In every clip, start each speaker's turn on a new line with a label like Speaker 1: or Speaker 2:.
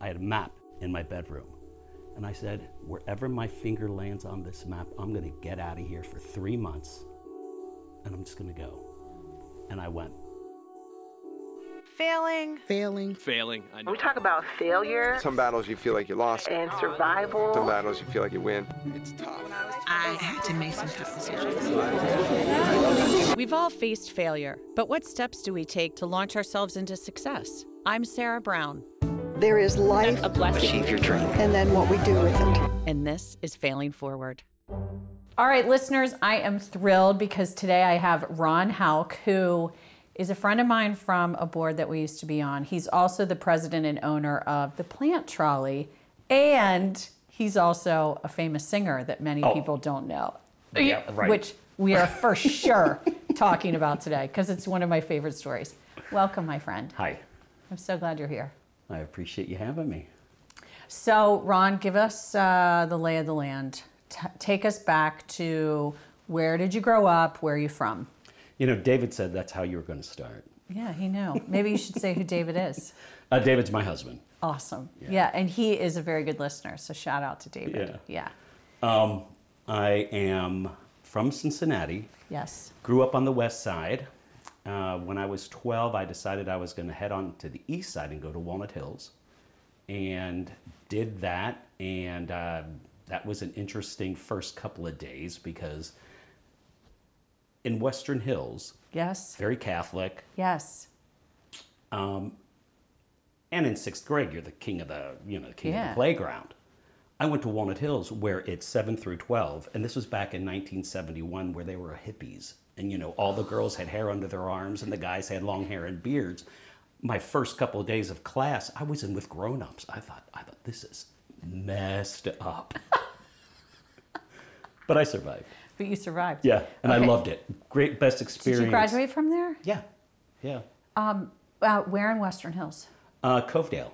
Speaker 1: I had a map in my bedroom. And I said, wherever my finger lands on this map, I'm going to get out of here for three months and I'm just going to go. And I went.
Speaker 2: Failing.
Speaker 3: Failing.
Speaker 4: Failing. I know.
Speaker 2: We talk about failure
Speaker 5: Some battles you feel like you lost.
Speaker 2: and
Speaker 5: Some
Speaker 2: survival.
Speaker 5: battles you feel like you win.
Speaker 3: I had to make some tough decisions.
Speaker 6: We've all faced failure, but what steps do we take to launch ourselves into success? I'm Sarah Brown,
Speaker 7: There is life
Speaker 8: Achieve your dream.
Speaker 7: and then what we do with it.
Speaker 6: and this is Failing Forward. All right, listeners, I am thrilled because today I have Ron Hauk, who is a friend of mine from a board that we used to be on. He's also the president and owner of the Plant Trolley, and he's also a famous singer that many people don't know.
Speaker 8: Uh, Yeah, right.
Speaker 6: Which we are for sure talking about today because it's one of my favorite stories. Welcome, my friend.
Speaker 1: Hi.
Speaker 6: I'm so glad you're here.
Speaker 1: I appreciate you having me.
Speaker 6: So, Ron, give us uh, the lay of the land. T- take us back to where did you grow up? Where are you from?
Speaker 1: You know, David said that's how you were going to start.
Speaker 6: Yeah, he knew. Maybe you should say who David is.
Speaker 1: Uh, David's my husband.
Speaker 6: Awesome. Yeah. and he is a very good listener. So shout out to David. Yeah.
Speaker 1: Um, I am from Cincinnati,
Speaker 6: Yes.
Speaker 1: grew up on the west side. Uh, when I was 12, I decided I was going to head on to the east side and go to Walnut Hills. And did that. And uh, that was an interesting first couple of days because in Western Hills,
Speaker 6: Yes.
Speaker 1: very Catholic,
Speaker 6: Yes.
Speaker 1: and in sixth grade you're the king of the you know the king of
Speaker 6: Yeah.
Speaker 1: the playground i went to walnut hills where it's 7 through 12 and this was back in 1971 where they were hippies and you know all the girls had hair under their arms and the guys had long hair and beards my first couple of days of class i was in with grown-ups i thought i thought this is messed up but i survived
Speaker 6: But you survived.
Speaker 1: yeah and i
Speaker 6: Okay.
Speaker 1: loved it great best
Speaker 6: Did
Speaker 1: experience
Speaker 6: you graduate from there?
Speaker 1: yeah yeah
Speaker 6: Uh, where in Western Hills?
Speaker 1: uh, covedale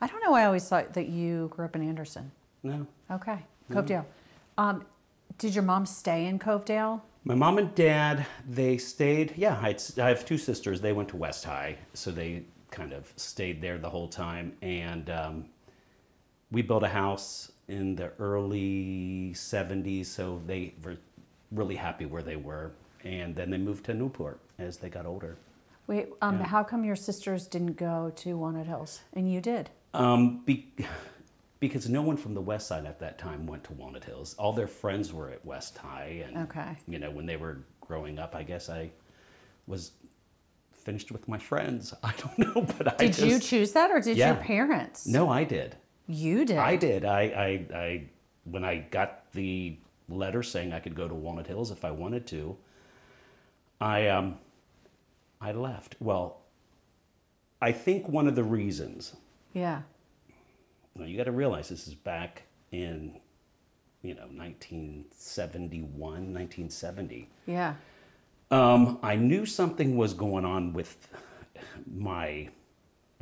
Speaker 6: I don't know. why I always thought that you grew up in Anderson.
Speaker 1: no
Speaker 6: Okay. Covedale. Um, did your mom stay in Covedale?
Speaker 1: My mom and dad, they stayed. Yeah, I'd, I have two sisters. They went to West High, so they kind of stayed there the whole time. And um, we built a house in the early 70s, so they were really happy where they were. And then they moved to Newport as they got older.
Speaker 6: Wait, um, how come your sisters didn't go to Walnut Hills and you did?
Speaker 1: Um, be, because no one from the West Side at that time went to Walnut Hills. All their friends were at West High, and
Speaker 6: Okay.
Speaker 1: you know when they were growing up, I guess I was finished with my friends. I don't know, but I
Speaker 6: Did you
Speaker 1: just-
Speaker 6: choose that or did your
Speaker 1: Yeah.
Speaker 6: parents?
Speaker 1: No, I did.
Speaker 6: You did.
Speaker 1: I did. I, I, I, when I got the letter saying I could go to Walnut Hills if I wanted to, I, um, I left. Well, I think one of the reasons
Speaker 6: Yeah.
Speaker 1: Now you got to realize this is back in, you know, 1971, 1970.
Speaker 6: Yeah.
Speaker 1: Um, I knew something was going on with my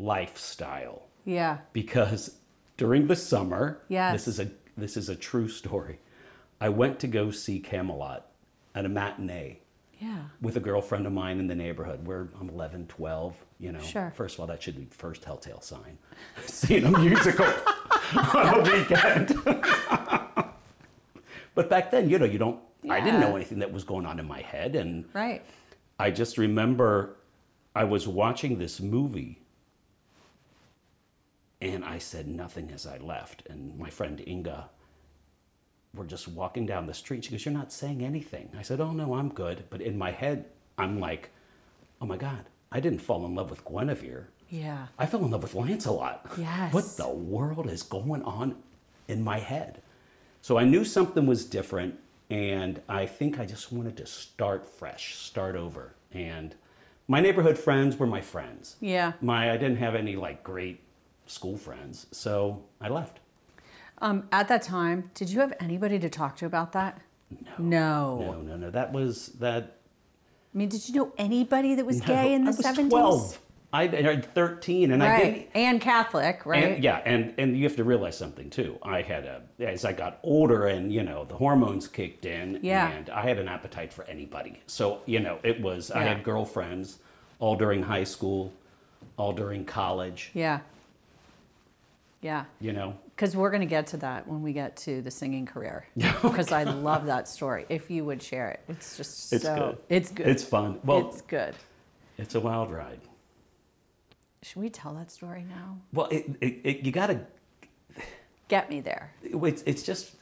Speaker 1: lifestyle
Speaker 6: Yeah.
Speaker 1: because during the summer,
Speaker 6: Yes.
Speaker 1: this is a this is a true story. I went to go see Camelot at a matinee
Speaker 6: Yeah.
Speaker 1: with a girlfriend of mine in the neighborhood where I'm 11, 12, you know.
Speaker 6: Sure.
Speaker 1: First of all, that should be first telltale sign. Seeing a musical on a weekend. but back then, you know, you don't, I didn't know
Speaker 6: Yeah.
Speaker 1: anything that was going on in my head. And
Speaker 6: Right.
Speaker 1: I just remember I was watching this movie and I said nothing as I left. And my friend Inga, we're just walking down the street. She goes, You're not saying anything. I said, Oh, no, I'm good. But in my head, I'm like, Oh my God, I didn't fall in love with Guinevere.
Speaker 6: Yeah.
Speaker 1: I fell in love with Lancelot.
Speaker 6: Yes.
Speaker 1: What the world is going on in my head? So I knew something was different, and I think I just wanted to start fresh, start over. And my neighborhood friends were my friends.
Speaker 6: Yeah.
Speaker 1: My I didn't have any like great school friends, so I left.
Speaker 6: Um, at that time, did you have anybody to talk to about that? No. No.
Speaker 1: No, no, no. That was that.
Speaker 6: I mean, did you know anybody that was gay in the
Speaker 1: I was
Speaker 6: 70s?
Speaker 1: twelve. I, I thirteen, and I didn't
Speaker 6: Right. And Catholic, right?
Speaker 1: And, yeah, and and you have to realize something too. I had a as I got older, and you know the hormones kicked in,
Speaker 6: Yeah.
Speaker 1: and I had an appetite for anybody. So you know it was I
Speaker 6: Yeah.
Speaker 1: had girlfriends all during high school, all during college,
Speaker 6: Yeah. Yeah.
Speaker 1: you know?
Speaker 6: Because we're going to get to that when we get to the singing career. Because I love that story. If you would share it, it's just
Speaker 1: It's
Speaker 6: so
Speaker 1: good.
Speaker 6: it's good.
Speaker 1: It's fun. Well,
Speaker 6: it's good.
Speaker 1: it's a wild ride.
Speaker 6: Should we tell that story now?
Speaker 1: Well, it, it, it, you got to
Speaker 6: Get me there.
Speaker 1: it's, it's just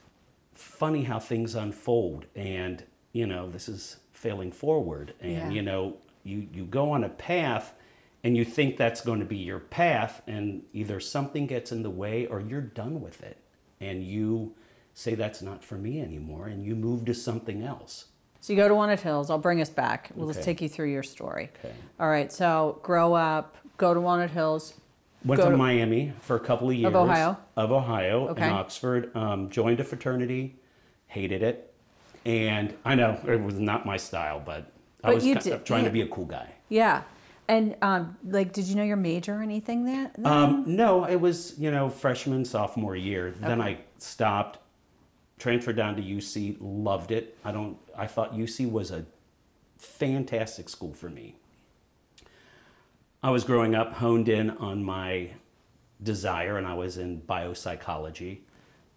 Speaker 1: funny how things unfold and you know this is failing forward and
Speaker 6: Yeah.
Speaker 1: you know you you go on a path and you think that's going to be your path and either something gets in the way or you're done with it and you say that's not for me anymore and you move to something else
Speaker 6: So you go to Wanted Hills. I'll bring us back. We'll just
Speaker 1: Okay.
Speaker 6: take you through your story.
Speaker 1: Okay.
Speaker 6: All right. So grow up, go to Wanted Hills.
Speaker 1: went
Speaker 6: Go
Speaker 1: to,
Speaker 6: to-
Speaker 1: miami for a couple of years
Speaker 6: Ohio?
Speaker 1: of ohio
Speaker 6: Okay.
Speaker 1: in oxford um, joined a fraternity hated it and i know it was not my style but, i
Speaker 6: But
Speaker 1: was
Speaker 6: you
Speaker 1: kind of
Speaker 6: did-
Speaker 1: trying to
Speaker 6: yeah.
Speaker 1: be a cool guy
Speaker 6: Yeah. And um, like, did you know your major or anything there?
Speaker 1: Um, no, it was you know freshman sophomore year. Then I stopped, transferred down to UC. Loved it. I don't. I thought UC was a fantastic school for me. I was growing up honed in on my desire, and I was in biopsychology,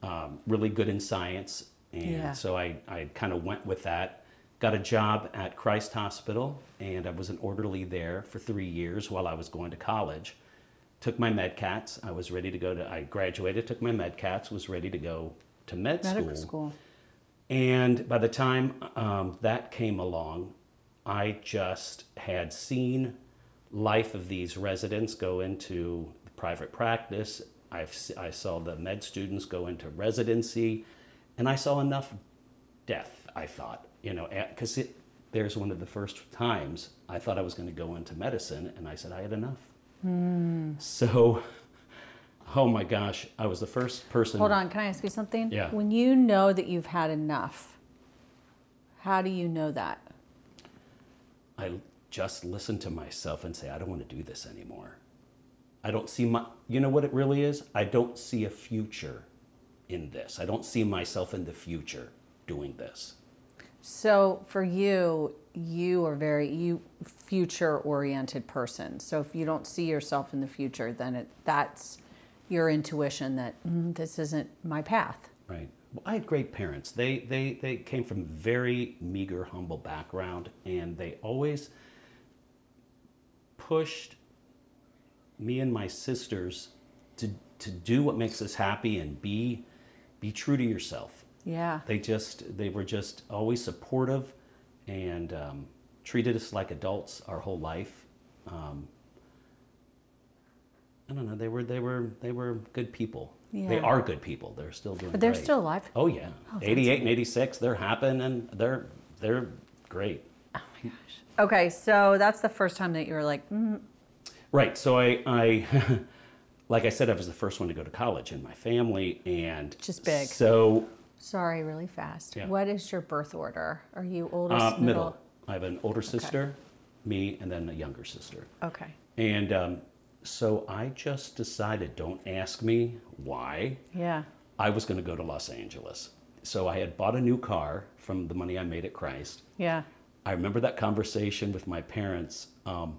Speaker 1: um, really good in science, and
Speaker 6: Yeah.
Speaker 1: so I, I kind of went with that. Got a job at Christ Hospital, and I was an orderly there for three years while I was going to college. Took my MedCats. I was ready to go to. I graduated. Took my MedCats. Was ready to go to med school.
Speaker 6: Medical school.
Speaker 1: And by the time um, that came along, I just had seen life of these residents go into private practice. I've, s- I saw the med students go into residency, and I saw enough death. I thought, you know, because it there's one of the first times I thought I was going to go into medicine, and I said I had enough.
Speaker 6: Hmm.
Speaker 1: So, oh my gosh, I was the first person.
Speaker 6: Hold on. Can I ask you something?
Speaker 1: Yeah.
Speaker 6: When you know that you've had enough, how do you know that?
Speaker 1: I just listen to myself and say, I don't want to do this anymore. I don't see my, you know what it really is? I don't see a future in this. I don't see myself in the future doing this.
Speaker 6: So for you, you are very you future oriented person. So if you don't see yourself in the future, then it, that's your intuition that "Mm, this isn't my path.
Speaker 1: Right. Well, I had great parents. They, they, they came from very meager, humble background, and they always pushed me and my sisters to, to do what makes us happy and be, be true to yourself.
Speaker 6: Yeah.
Speaker 1: they just they were just always supportive and um, treated us like adults our whole life um, i don't know they were they were they were good people they
Speaker 6: Yeah.
Speaker 1: are good people they're still doing
Speaker 6: But they're
Speaker 1: great.
Speaker 6: still alive.
Speaker 1: oh yeah 88 and 86 they're happen and they're they're great Oh.
Speaker 6: Okay, so that's the first time that you were like, mm,
Speaker 1: Right. So I, I, like I said, I was the first one to go to college in my family, and
Speaker 6: Just big.
Speaker 1: So
Speaker 6: sorry, really fast.
Speaker 1: Yeah.
Speaker 6: What is your birth order? Are you oldest,
Speaker 1: uh, middle. I have an older sister, me, and then a younger sister.
Speaker 6: Okay.
Speaker 1: And um, so I just decided, don't ask me why,
Speaker 6: Yeah.
Speaker 1: I was going to go to Los Angeles. So I had bought a new car from the money I made at Christ.
Speaker 6: Yeah.
Speaker 1: I remember that conversation with my parents. Um,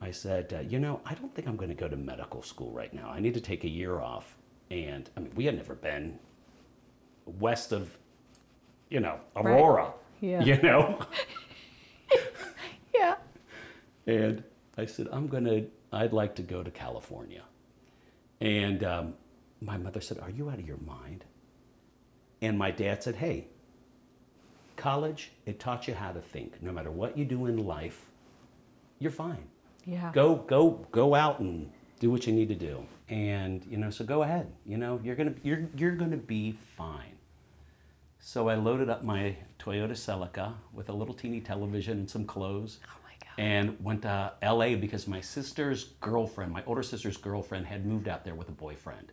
Speaker 1: I said, uh, you know, I don't think I'm going to go to medical school right now. I need to take a year off. And I mean, we had never been west of, you know, Aurora.
Speaker 6: Yeah.
Speaker 1: You know?
Speaker 6: Yeah.
Speaker 1: And I said, I'm going to, I'd like to go to California. And um, my mother said, Are you out of your mind? And my dad said, Hey, college, it taught you how to think. No matter what you do in life, you're fine.
Speaker 6: Yeah.
Speaker 1: Go, go, go out and do what you need to do. And, you know, so go ahead. You know, you're going to, you're, you're going to be fine. So I loaded up my Toyota Celica with a little teeny television and some clothes. Oh my God. And went to LA because my sister's girlfriend, my older sister's girlfriend, had moved out there with a boyfriend.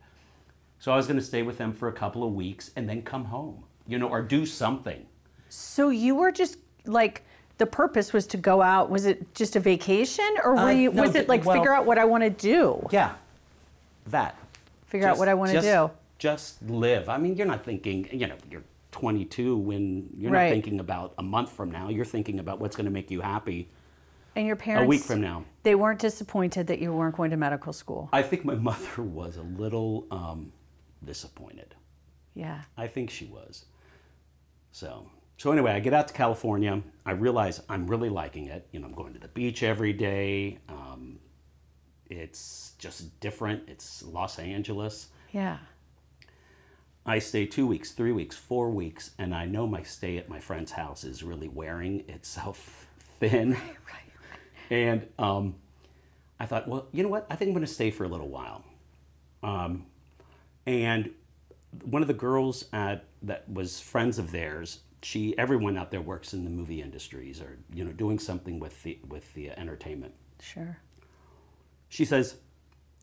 Speaker 1: So I was going to stay with them for a couple of weeks and then come home, you know, or do something.
Speaker 6: So you were just like, the purpose was to go out. Was it just a vacation or were
Speaker 1: Uh,
Speaker 6: you,
Speaker 1: no,
Speaker 6: was
Speaker 1: d-
Speaker 6: it like
Speaker 1: well-
Speaker 6: figure out what I want to do?
Speaker 1: Yeah, that.
Speaker 6: Figure out what I want to do.
Speaker 1: Just live. I mean, you're not thinking, you know, you're 22 when you're
Speaker 6: Right.
Speaker 1: not thinking about a month from now. You're thinking about what's going to make you happy
Speaker 6: And your parents?
Speaker 1: week from now.
Speaker 6: They weren't disappointed that you weren't going to medical school.
Speaker 1: I think my mother was a little um, disappointed.
Speaker 6: Yeah.
Speaker 1: I think she was. So, so anyway, I get out to California. I realize I'm really liking it. You know, I'm going to the beach every day. Um, it's just different. It's Los Angeles.
Speaker 6: Yeah.
Speaker 1: I stay two weeks, three weeks, four weeks, and I know my stay at my friend's house is really wearing itself thin. And um, I thought, well, you know what? I think I'm going to stay for a little while. Um, and one of the girls at, that was friends of theirs, she, everyone out there works in the movie industries or you know doing something with the with the entertainment
Speaker 6: Sure.
Speaker 1: she says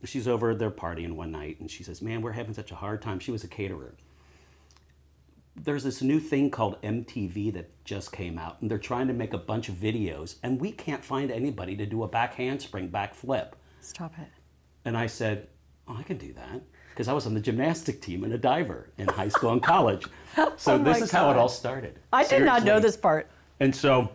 Speaker 1: she's over at their party and one night and she says man we're having such a hard time she was a caterer there's this new thing called mtv that just came out and they're trying to make a bunch of videos and we can't find anybody to do a back handspring back flip
Speaker 6: Stop it.
Speaker 1: and i said oh i can do that because i was on the gymnastic team and a diver in high school and college so this
Speaker 6: Oh my
Speaker 1: is how it
Speaker 6: God.
Speaker 1: all started
Speaker 6: I did not know
Speaker 1: Seriously.
Speaker 6: this part.
Speaker 1: And so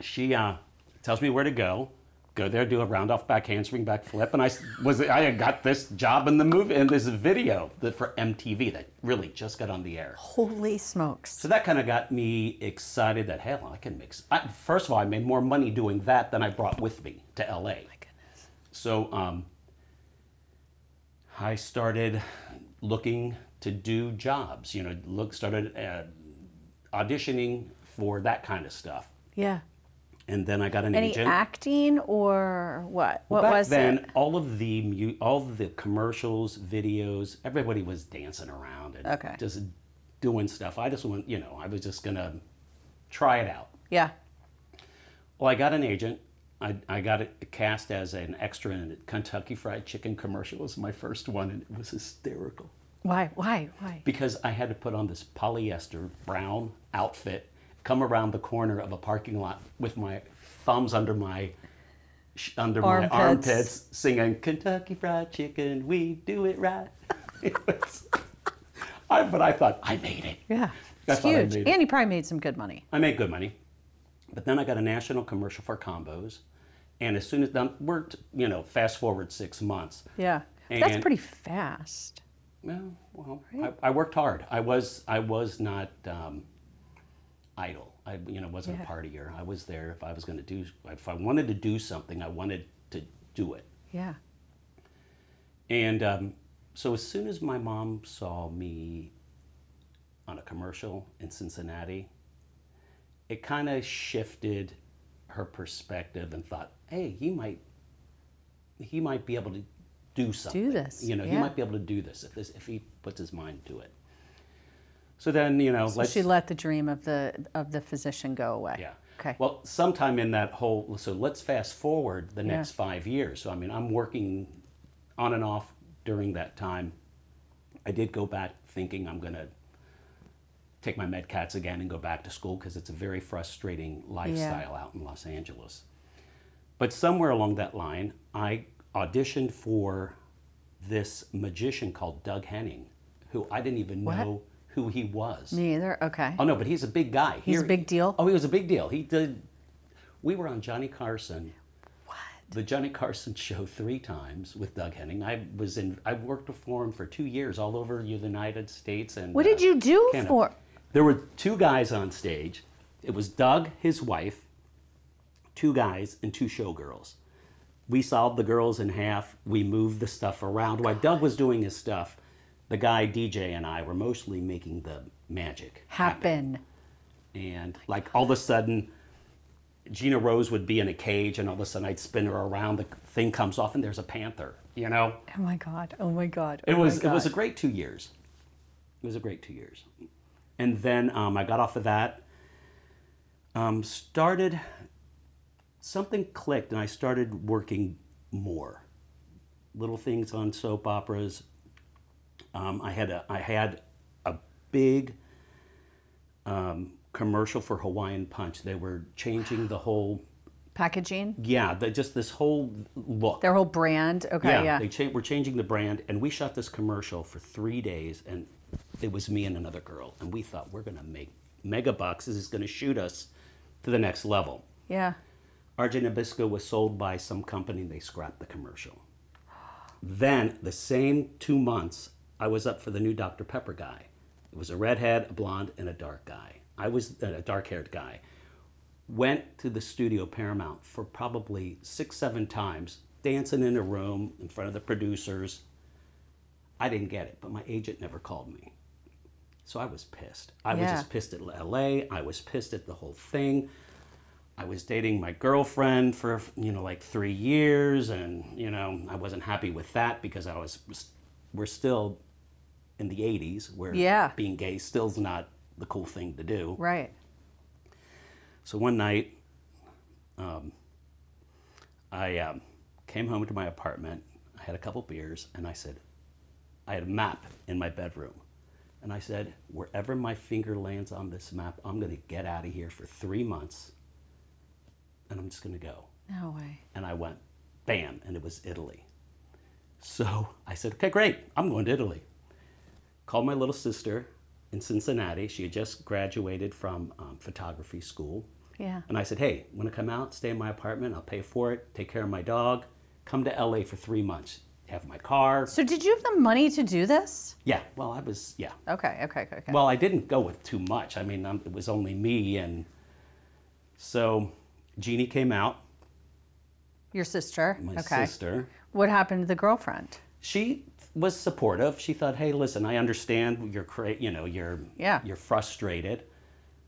Speaker 1: she uh, tells me where to go. Go there, do a round off back handspring, back flip, and I s- was I had got this job in the movie in this video that for MTV that really just got on the air.
Speaker 6: Holy smokes.
Speaker 1: So that kind of got me excited that hell I can mix. I, first of all, I made more money doing that than I brought with me to LA. Oh My goodness. So um, I started looking to do jobs. You know, look started uh, auditioning for that kind of stuff,
Speaker 6: Yeah.
Speaker 1: and then I got an
Speaker 6: Any
Speaker 1: agent.
Speaker 6: acting or what? What
Speaker 1: Back
Speaker 6: was
Speaker 1: then,
Speaker 6: it?
Speaker 1: all of the mu- all of the commercials, videos, everybody was dancing around and
Speaker 6: Okay.
Speaker 1: just doing stuff. I just went, you know, I was just gonna try it out.
Speaker 6: Yeah.
Speaker 1: Well, I got an agent. I, I got it cast as an extra in a Kentucky Fried Chicken commercial. It was my first one, and it was hysterical
Speaker 6: Why? Why? Why?
Speaker 1: because I had to put on this polyester brown outfit, come around the corner of a parking lot with my thumbs under my sh- under
Speaker 6: Armpits.
Speaker 1: my armpits, singing Kentucky Fried Chicken, we do it right. it was, I, but I thought I made it.
Speaker 6: Yeah.
Speaker 1: I
Speaker 6: It's
Speaker 1: thought I
Speaker 6: huge.
Speaker 1: made it.
Speaker 6: And you probably made some good money.
Speaker 1: I made good money, but then I got a national commercial for combos, and as soon as done, we're t- you know fast forward six months.
Speaker 6: Yeah. That's
Speaker 1: And-
Speaker 6: pretty fast.
Speaker 1: Well, well I, I worked hard. I was I was not um, idle. I you know wasn't
Speaker 6: Yeah.
Speaker 1: a partier. I was there if I was going to do if I wanted to do something, I wanted to do it.
Speaker 6: Yeah.
Speaker 1: And um, so as soon as my mom saw me on a commercial in Cincinnati, it kind of shifted her perspective and thought, "Hey, he might he might be able to do something.
Speaker 6: this,
Speaker 1: You know, he
Speaker 6: yeah.
Speaker 1: might be able to do this if this if he puts his mind to it." So then, you know, let's
Speaker 6: she let the dream of the of the physician go away.
Speaker 1: yeah.
Speaker 6: Okay.
Speaker 1: Well, sometime in that whole, so let's fast forward the next five years. So, I mean, I'm working on and off during that time. I did go back thinking I'm going to take my med cats again and go back to school because it's a very frustrating lifestyle out in Los Angeles. But somewhere along that line, I auditioned for this magician called Doug Henning, who I didn't even know who he was.
Speaker 6: Me either. Okay.
Speaker 1: Oh no, but he's a big guy.
Speaker 6: He's a
Speaker 1: Here-
Speaker 6: big deal?
Speaker 1: Oh, he was a big deal. He did. We were on Johnny Carson. What? The Johnny Carson show three times with Doug Henning. I was in. I worked for him for two years all over the United States and. uh,
Speaker 6: What did you do
Speaker 1: Canada.
Speaker 6: for-
Speaker 1: There were two guys on stage. It was Doug, his wife, two guys, and two showgirls. We solved the girls in half. We moved the stuff around. While Doug was doing his stuff, the guy DJ and I were mostly making the magic
Speaker 6: Happen.
Speaker 1: and like all of a sudden gina rose would be in a cage and all of a sudden i'd spin her around the thing comes off and there's a panther you know
Speaker 6: Oh my god. Oh my god.
Speaker 1: it
Speaker 6: oh my
Speaker 1: was it was a
Speaker 6: God.
Speaker 1: great two years it was a great two years and then um, i got off of that um, started something clicked and i started working more little things on soap operas um, i had a i had a big um, commercial for Hawaiian Punch. They were changing the whole,
Speaker 6: packaging.
Speaker 1: yeah, the, just this whole look.
Speaker 6: Their whole brand. Okay.
Speaker 1: yeah,
Speaker 6: Yeah.
Speaker 1: they cha- were changing the brand, and we shot this commercial for three days, and it was me and another girl, and we thought we're gonna make mega bucks. This is gonna shoot us to the next level.
Speaker 6: yeah.
Speaker 1: RJ Nabisco was sold by some company. They scrapped the commercial. Then, the same two months, I was up for the new Dr. Pepper guy. It was a redhead, a blonde, and a dark guy. I was uh, a dark haired guy. Went to the studio Paramount for probably six, seven times, dancing in a room in front of the producers. I didn't get it, but my agent never called me. So I was pissed. I was
Speaker 6: Yeah.
Speaker 1: just pissed at LA. I was pissed at the whole thing. I was dating my girlfriend for you know like three years, and you know I wasn't happy with that because I was we're still in the '80s where
Speaker 6: Yeah.
Speaker 1: being gay still's not the cool thing to do.
Speaker 6: Right.
Speaker 1: So one night, um, I um, came home to my apartment. I had a couple beers, and I said, I had a map in my bedroom. And I said, wherever my finger lands on this map, I'm going to get out of here for three months, and I'm just going to go
Speaker 6: No way.
Speaker 1: and I went, bam, and it was Italy. So I said, okay, great, I'm going to Italy. Called my little sister in Cincinnati. She had just graduated from um, photography school.
Speaker 6: Yeah.
Speaker 1: And I said, hey, want to come out, stay in my apartment? I'll pay for it, take care of my dog, come to LA for three months, have my car.
Speaker 6: So did you have the money to do this?
Speaker 1: Yeah, well, I was, yeah.
Speaker 6: Okay. Okay. Okay. okay.
Speaker 1: Well, I didn't go with too much. I mean, um, it was only me. And so Jeannie came out,
Speaker 6: Your sister.
Speaker 1: my
Speaker 6: okay.
Speaker 1: sister.
Speaker 6: What happened to the girlfriend?
Speaker 1: she was supportive. She thought, "Hey, listen, I understand you're cra- you know, you're
Speaker 6: Yeah.
Speaker 1: you're frustrated,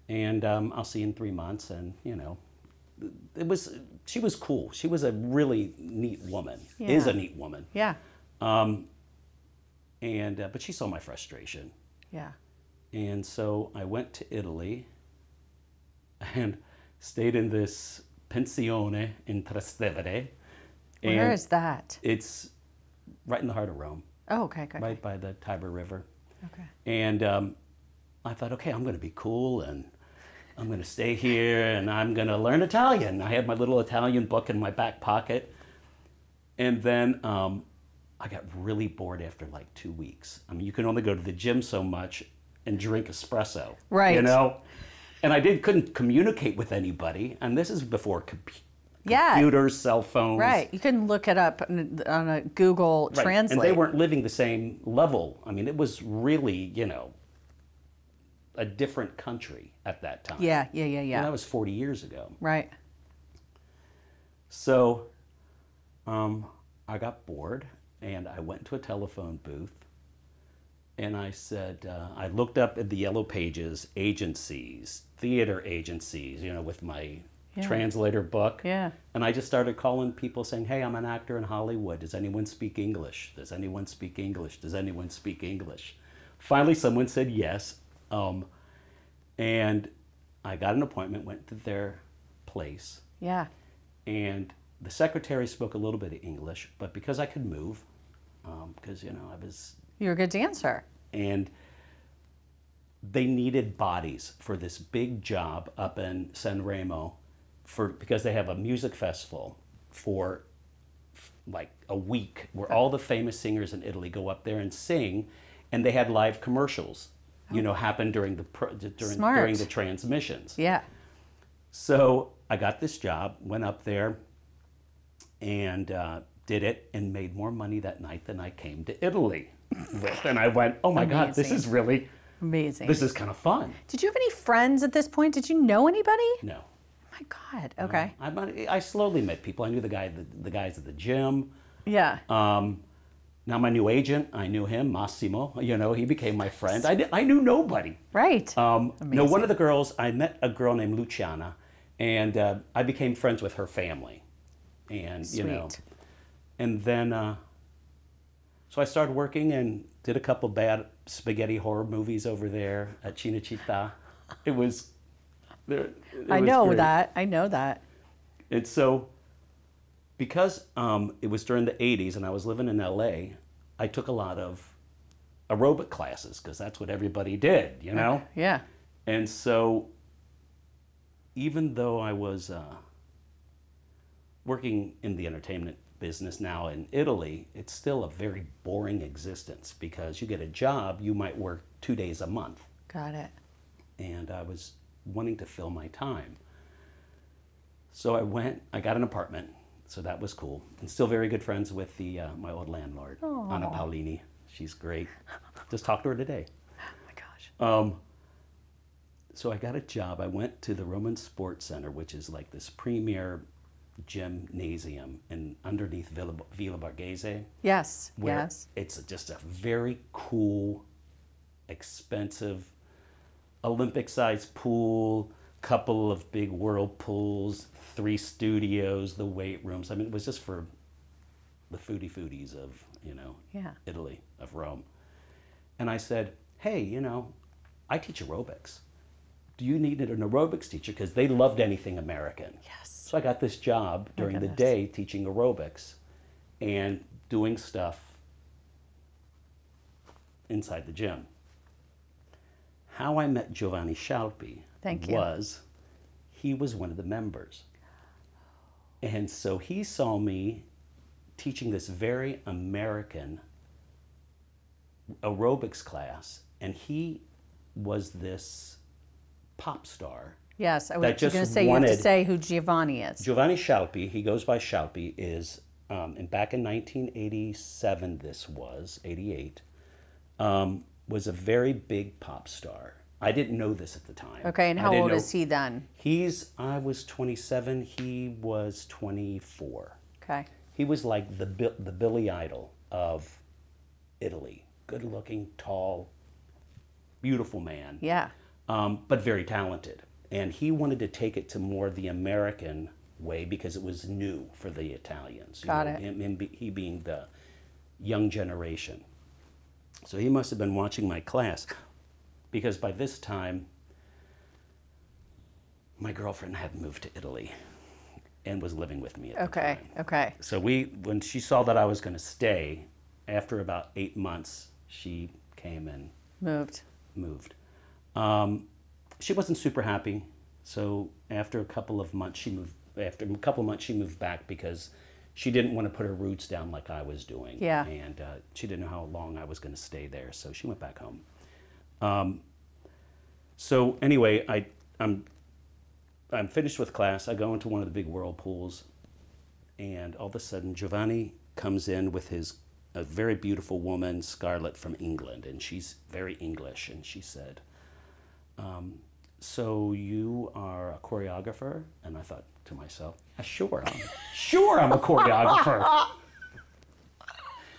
Speaker 1: and um, I'll see you in three months." And you know, it was she was cool. She was a really neat woman. Is
Speaker 6: Yeah.
Speaker 1: a neat woman,
Speaker 6: Yeah.
Speaker 1: and uh, but she saw my frustration,
Speaker 6: Yeah.
Speaker 1: and so I went to Italy, and stayed in this pensione in Trastevere.
Speaker 6: Where is that?
Speaker 1: It's right in the heart of Rome,
Speaker 6: Oh, okay. Okay.
Speaker 1: right by the Tiber River.
Speaker 6: Okay.
Speaker 1: And um, I thought, okay, I'm going to be cool and I'm going to stay here and I'm going to learn Italian. I had my little Italian book in my back pocket. And then um, I got really bored after like two weeks. I mean, you can only go to the gym so much and drink espresso. You
Speaker 6: Right.
Speaker 1: know? And I did couldn't communicate with anybody. And this is before compu-
Speaker 6: Yeah.
Speaker 1: computers, cell phones.
Speaker 6: Right. You couldn't look it up on a- on a Google
Speaker 1: Right,
Speaker 6: Translate.
Speaker 1: And they weren't living the same level. I mean, it was really, you know, a different country at that time.
Speaker 6: Yeah. Yeah. Yeah.
Speaker 1: And
Speaker 6: Yeah.
Speaker 1: that was 40 years ago.
Speaker 6: right.
Speaker 1: So um, I got bored and I went to a telephone booth and I said, uh, I looked up at the yellow pages, agencies, theater agencies, you know, with my translator book.
Speaker 6: Yeah.
Speaker 1: And I just started calling people saying, hey, I'm an actor in Hollywood. Does anyone speak English? Does anyone speak English? Does anyone speak English? Finally, someone said yes. Um, and I got an appointment, went to their place
Speaker 6: Yeah.
Speaker 1: and the secretary spoke a little bit of English, but because I could move, because you know I was,
Speaker 6: You're a good dancer.
Speaker 1: and they needed bodies for this big job up in San Remo, for because they have a music festival for f- like a week where all the famous singers in Italy go up there and sing, and they had live commercials, you know, happen during the pro, during,
Speaker 6: Smart.
Speaker 1: during the transmissions.
Speaker 6: Yeah.
Speaker 1: So I got this job, went up there, and uh, did it, and made more money that night than I came to Italy with. And I went, oh my God, this is
Speaker 6: Amazing.
Speaker 1: really,
Speaker 6: Amazing.
Speaker 1: this is kind of fun.
Speaker 6: Did you have any friends at this point? Did you know anybody?
Speaker 1: No.
Speaker 6: My God. Okay.
Speaker 1: I, I slowly met people. I knew the guy, the, the guys at the gym.
Speaker 6: Yeah.
Speaker 1: Um, now my new agent, I knew him, Massimo. You know, he became my friend. I, di- I knew nobody.
Speaker 6: right.
Speaker 1: Um, no, one of the girls, I met a girl named Luciana, and uh, I became friends with her family. And, you know,
Speaker 6: Sweet.
Speaker 1: and then, uh, so I started working and did a couple bad spaghetti horror movies over there at Cinecittà. It was, there, it
Speaker 6: I
Speaker 1: was
Speaker 6: know
Speaker 1: great.
Speaker 6: that. I know that.
Speaker 1: And so, because um, it was during the 80s and I was living in LA, I took a lot of aerobic classes because that's what everybody did, you know?
Speaker 6: Yeah.
Speaker 1: And so, even though I was uh, working in the entertainment business now in Italy, it's still a very boring existence because you get a job, you might work two days a month.
Speaker 6: Got it.
Speaker 1: And I was wanting to fill my time. So I went, I got an apartment. So that was cool. And still very good friends with the uh, my old landlord, Anna Paulini. She's great. Just talked to her today.
Speaker 6: Oh my gosh.
Speaker 1: So I got a job. I went to the Roman Sports Center, which is like this premier gymnasium and underneath Villa, Villa Borghese.
Speaker 6: Yes.
Speaker 1: where
Speaker 6: Yes.
Speaker 1: it's just a very cool, expensive, Olympic-sized pool, couple of big whirlpools, three studios, the weight rooms. I mean, it was just for the foodie foodies of you know
Speaker 6: Yeah.
Speaker 1: Italy of Rome. And I said, hey, you know, I teach aerobics. Do you need an aerobics teacher? Because they loved anything American.
Speaker 6: Yes.
Speaker 1: So I got this job during the
Speaker 6: goodness.
Speaker 1: day teaching aerobics and doing stuff inside the gym. How I met Giovanni Scialpi
Speaker 6: Thank you.
Speaker 1: was he was one of the members. And so he saw me teaching this very American aerobics class, and he was this pop star.
Speaker 6: Yes. I was
Speaker 1: That
Speaker 6: going to
Speaker 1: just
Speaker 6: say you have
Speaker 1: wanted-
Speaker 6: to say who Giovanni is.
Speaker 1: Giovanni Scialpi, he goes by Scialpi, is, um, and back in 1987, this was, 88, um, was a very big pop star. I didn't know this at the time.
Speaker 6: okay. And
Speaker 1: I
Speaker 6: how
Speaker 1: didn't
Speaker 6: old
Speaker 1: know-
Speaker 6: is he then?
Speaker 1: He's, I was 27, he was 24.
Speaker 6: Okay.
Speaker 1: He was like the, Bi- the Billy Idol of Italy. Good looking, tall, beautiful man
Speaker 6: Yeah.
Speaker 1: um, but very talented. And he wanted to take it to more the American way because it was new for the Italians. you
Speaker 6: Got
Speaker 1: know,
Speaker 6: it.
Speaker 1: Him, him be- he being the young generation. So he must have been watching my class because by this time, my girlfriend had moved to Italy and was living with me at the
Speaker 6: Okay.
Speaker 1: time.
Speaker 6: Okay.
Speaker 1: So we, when she saw that I was going to stay, after about eight months, she came and
Speaker 6: Moved.
Speaker 1: moved. Um, she wasn't super happy, so after a couple of months, she moved. After a couple of months, she moved back because she didn't want to put her roots down like I was doing.
Speaker 6: Yeah.
Speaker 1: and uh, she didn't know how long I was going to stay there, so she went back home. Um, so anyway, I I'm I'm finished with class. I go into one of the big whirlpools, and all of a sudden Giovanni comes in with his a very beautiful woman, Scarlett from England, and she's very English, and she said, um, "So you are a choreographer?" And I thought to myself, "Uh, "Sure, I'm, sure, I'm a choreographer."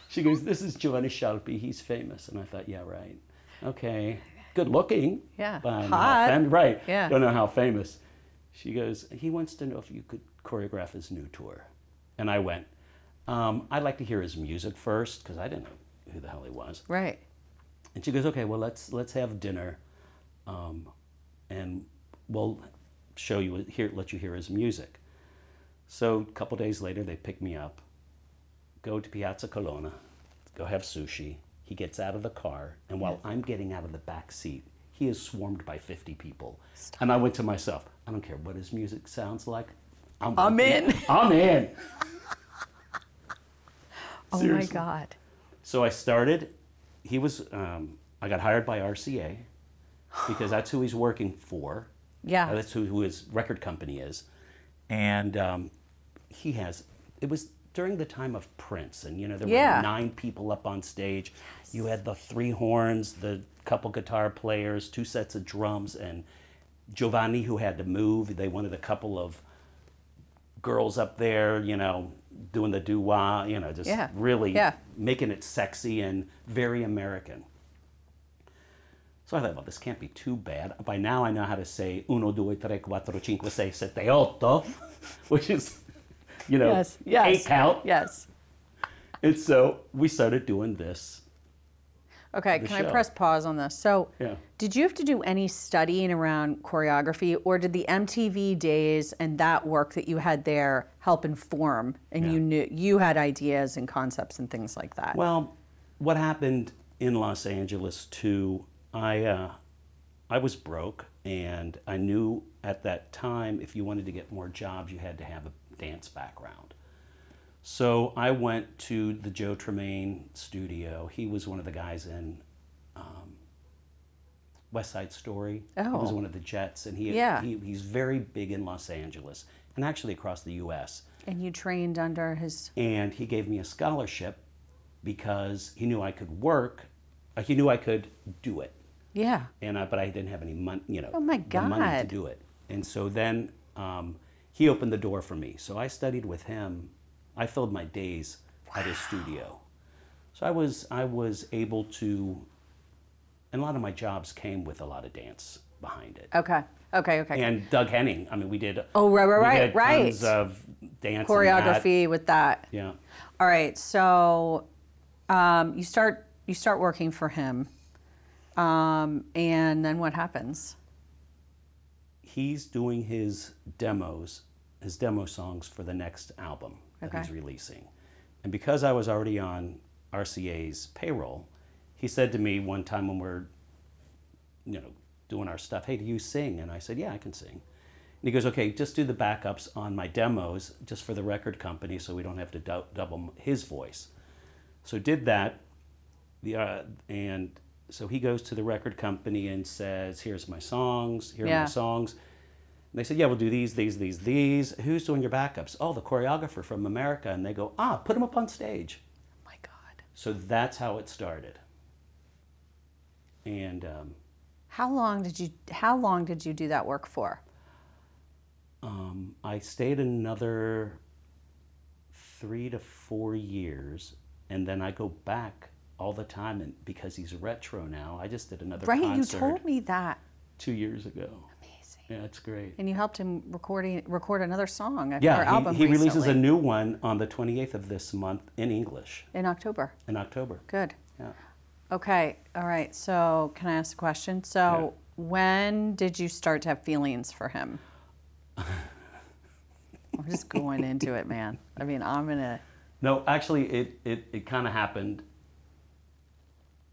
Speaker 1: she goes, "This is Giovanni Scialpi. He's famous." And I thought, "Yeah, right. Okay, good looking.
Speaker 6: Yeah,
Speaker 1: but I'm not
Speaker 6: hot.
Speaker 1: fam- right?
Speaker 6: Yeah.
Speaker 1: Don't know how famous. She goes, he wants to know if you could choreograph his new tour. And I went, um, I'd like to hear his music first, because I didn't know who the hell he was.
Speaker 6: Right.
Speaker 1: And she goes, okay, well, let's, let's have dinner um, and we'll show you, hear, let you hear his music. So a couple days later, they pick me up, go to Piazza Colonna, go have sushi. He gets out of the car, and while I'm getting out of the back seat, he is swarmed by 50 people. And I went to myself, I don't care what his music sounds like. I'm,
Speaker 6: I'm
Speaker 1: with
Speaker 6: in.
Speaker 1: you. I'm in.
Speaker 6: Oh my
Speaker 1: Seriously.
Speaker 6: God.
Speaker 1: So I started. He was. Um, I got hired by RCA because that's who he's working for.
Speaker 6: Yeah.
Speaker 1: Uh, that's who, who his record company is, and um, he has. It was during the time of Prince, and you know there
Speaker 6: Yeah.
Speaker 1: were nine people up on stage. You had the three horns, the couple guitar players, two sets of drums, and Giovanni who had to move. They wanted a couple of girls up there, you know, doing the doo wah, you know, just
Speaker 6: Yeah.
Speaker 1: really
Speaker 6: Yeah.
Speaker 1: making it sexy and very American. So I thought, well, this can't be too bad. By now I know how to say uno, due, tre, quattro, cinque, sei, sette, otto, which is, you know,
Speaker 6: Yes. Yes.
Speaker 1: eight count.
Speaker 6: Yes.
Speaker 1: And so we started doing this.
Speaker 6: Okay, can I
Speaker 1: show.
Speaker 6: press pause on this? So,
Speaker 1: Yeah.
Speaker 6: did you have to do any studying around choreography, or did the MTV days and that work that you had there help inform, and you knew you had ideas and concepts and things like that?
Speaker 1: Well, what happened in Los Angeles too? I uh, I was broke, and I knew at that time if you wanted to get more jobs, you had to have a dance background. So I went to the Joe Tremaine studio. He was one of the guys in um, West Side Story. He was
Speaker 6: Oh.
Speaker 1: one of the Jets, and he,
Speaker 6: Yeah.
Speaker 1: he he's very big in Los Angeles. and actually across the U.S.
Speaker 6: And you trained under his.
Speaker 1: And he gave me a scholarship because he knew I could work. uh, He knew I could do it,
Speaker 6: Yeah.
Speaker 1: and I, but I didn't have any money, you know,
Speaker 6: Oh, my
Speaker 1: the money to
Speaker 6: God.
Speaker 1: do it. And so then um, he opened the door for me. So I studied with him. I filled my days at his studio. So I was I was able to, and a lot of my jobs came with a lot of dance behind it
Speaker 6: Okay. Okay. Okay.
Speaker 1: and Doug Henning. I mean, we did.
Speaker 6: Oh, right, right,
Speaker 1: we
Speaker 6: right,
Speaker 1: did
Speaker 6: right.
Speaker 1: Tons of dance and that.
Speaker 6: Choreography with that.
Speaker 1: Yeah,
Speaker 6: All right. So um, you start you start working for him, um, and then what happens?
Speaker 1: he's doing his demos, his demo songs for the next album that he's
Speaker 6: Okay.
Speaker 1: releasing, and because I was already on RCA's payroll, he said to me one time when we're, you know, doing our stuff, "Hey, do you sing?" And I said, "Yeah, I can sing." And he goes, "Okay, just do the backups on my demos, just for the record company, so we don't have to dou- double his voice." So did that, the uh, and so he goes to the record company and says, "Here's my songs. Here are
Speaker 6: Yeah.
Speaker 1: my songs." And they said, "Yeah, we'll do these, these, these, these." Who's doing your backups? Oh, the choreographer from America. And they go, "Ah, put him up on stage."
Speaker 6: Oh my God.
Speaker 1: So that's how it started. And um,
Speaker 6: How long did you How long did you do that work for?
Speaker 1: um, I stayed another three to four years, and then I go back all the time. And because he's retro now, I just did another
Speaker 6: Right.
Speaker 1: concert
Speaker 6: You told me that.
Speaker 1: two years ago.
Speaker 6: Amazing.
Speaker 1: Yeah, it's great.
Speaker 6: And you helped him recording record another song.
Speaker 1: Yeah,
Speaker 6: Or
Speaker 1: he,
Speaker 6: album
Speaker 1: he releases a
Speaker 6: recently
Speaker 1: new one on the 28th of this month in English
Speaker 6: in October.
Speaker 1: in October.
Speaker 6: Good.
Speaker 1: Yeah.
Speaker 6: Okay. All right. So can I ask a question? So when did you start to have feelings for him? I'm just going into it, man. I mean, I'm gonna.
Speaker 1: No, actually, it, it, it kind of happened.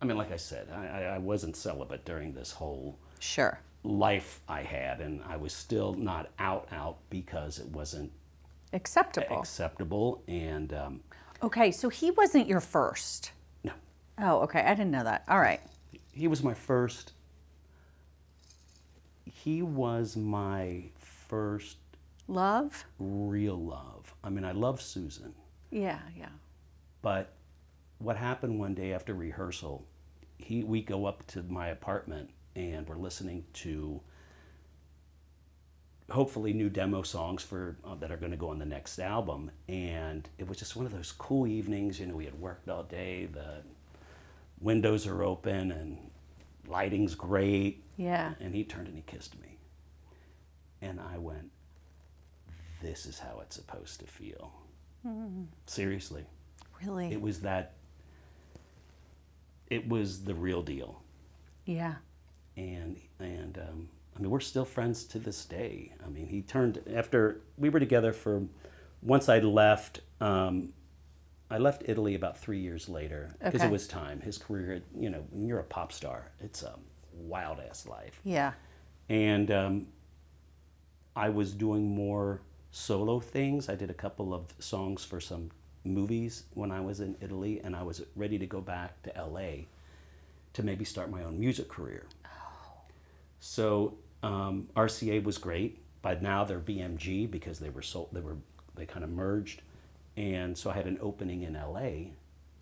Speaker 1: I mean, like I said, I, I- I wasn't celibate during this whole
Speaker 6: Sure.
Speaker 1: life I had, and I was still not out out because it wasn't
Speaker 6: Acceptable.
Speaker 1: acceptable. And um,
Speaker 6: Okay. So he wasn't your first.
Speaker 1: no,
Speaker 6: Oh, okay. I didn't know that. All right.
Speaker 1: he was my first. He was my first
Speaker 6: Love.
Speaker 1: real love. I mean, I love Susan.
Speaker 6: Yeah. Yeah.
Speaker 1: But what happened one day after rehearsal, he we go up to my apartment and we're listening to hopefully new demo songs for uh, that are going to go on the next album and it was just one of those cool evenings you know we had worked all day the windows are open and lighting's great
Speaker 6: Yeah.
Speaker 1: and he turned and he kissed me and i went this is how it's supposed to feel seriously
Speaker 6: Really.
Speaker 1: it was that it was the real deal
Speaker 6: yeah.
Speaker 1: and and um, i mean we're still friends to this day i mean he turned after we were together for once i left um, i left italy about three years later because
Speaker 6: Okay.
Speaker 1: it was time his career had- you know when you're a pop star it's a wild ass life
Speaker 6: Yeah.
Speaker 1: and um, I was doing more solo things. I did a couple of songs for some movies when I was in Italy, and I was ready to go back to LA to maybe start my own music career. So um, RCA was great. By now they're BMG because they were sold, they were they kind of merged, and so I had an opening in LA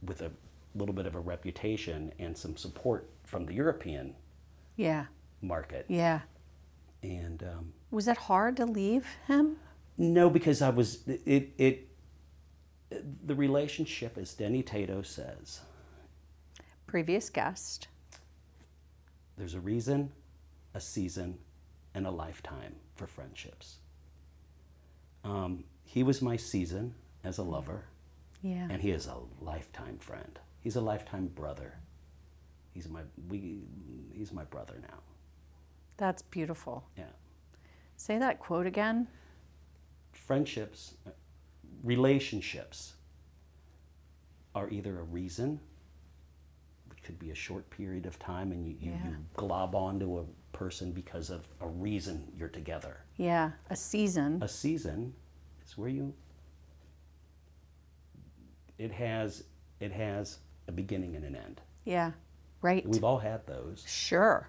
Speaker 1: with a little bit of a reputation and some support from the European
Speaker 6: Yeah.
Speaker 1: market.
Speaker 6: Yeah.
Speaker 1: And um,
Speaker 6: Was it hard to leave him?
Speaker 1: No, because I was it it the relationship, as Denny Tato says,
Speaker 6: Previous guest.
Speaker 1: there's a reason, a season, and a lifetime for friendships. Um, he was my season as a lover,
Speaker 6: Yeah.
Speaker 1: and he is a lifetime friend. He's a lifetime brother. He's my we he's my brother now.
Speaker 6: That's beautiful.
Speaker 1: Yeah.
Speaker 6: Say that quote again.
Speaker 1: friendships, relationships are either a reason, which could be a short period of time, and you, you,
Speaker 6: Yeah.
Speaker 1: you glob onto a person because of a reason you're together.
Speaker 6: Yeah, a season.
Speaker 1: A season is where you it has it has a beginning and an end.
Speaker 6: yeah, right.
Speaker 1: We've all had those,
Speaker 6: Sure.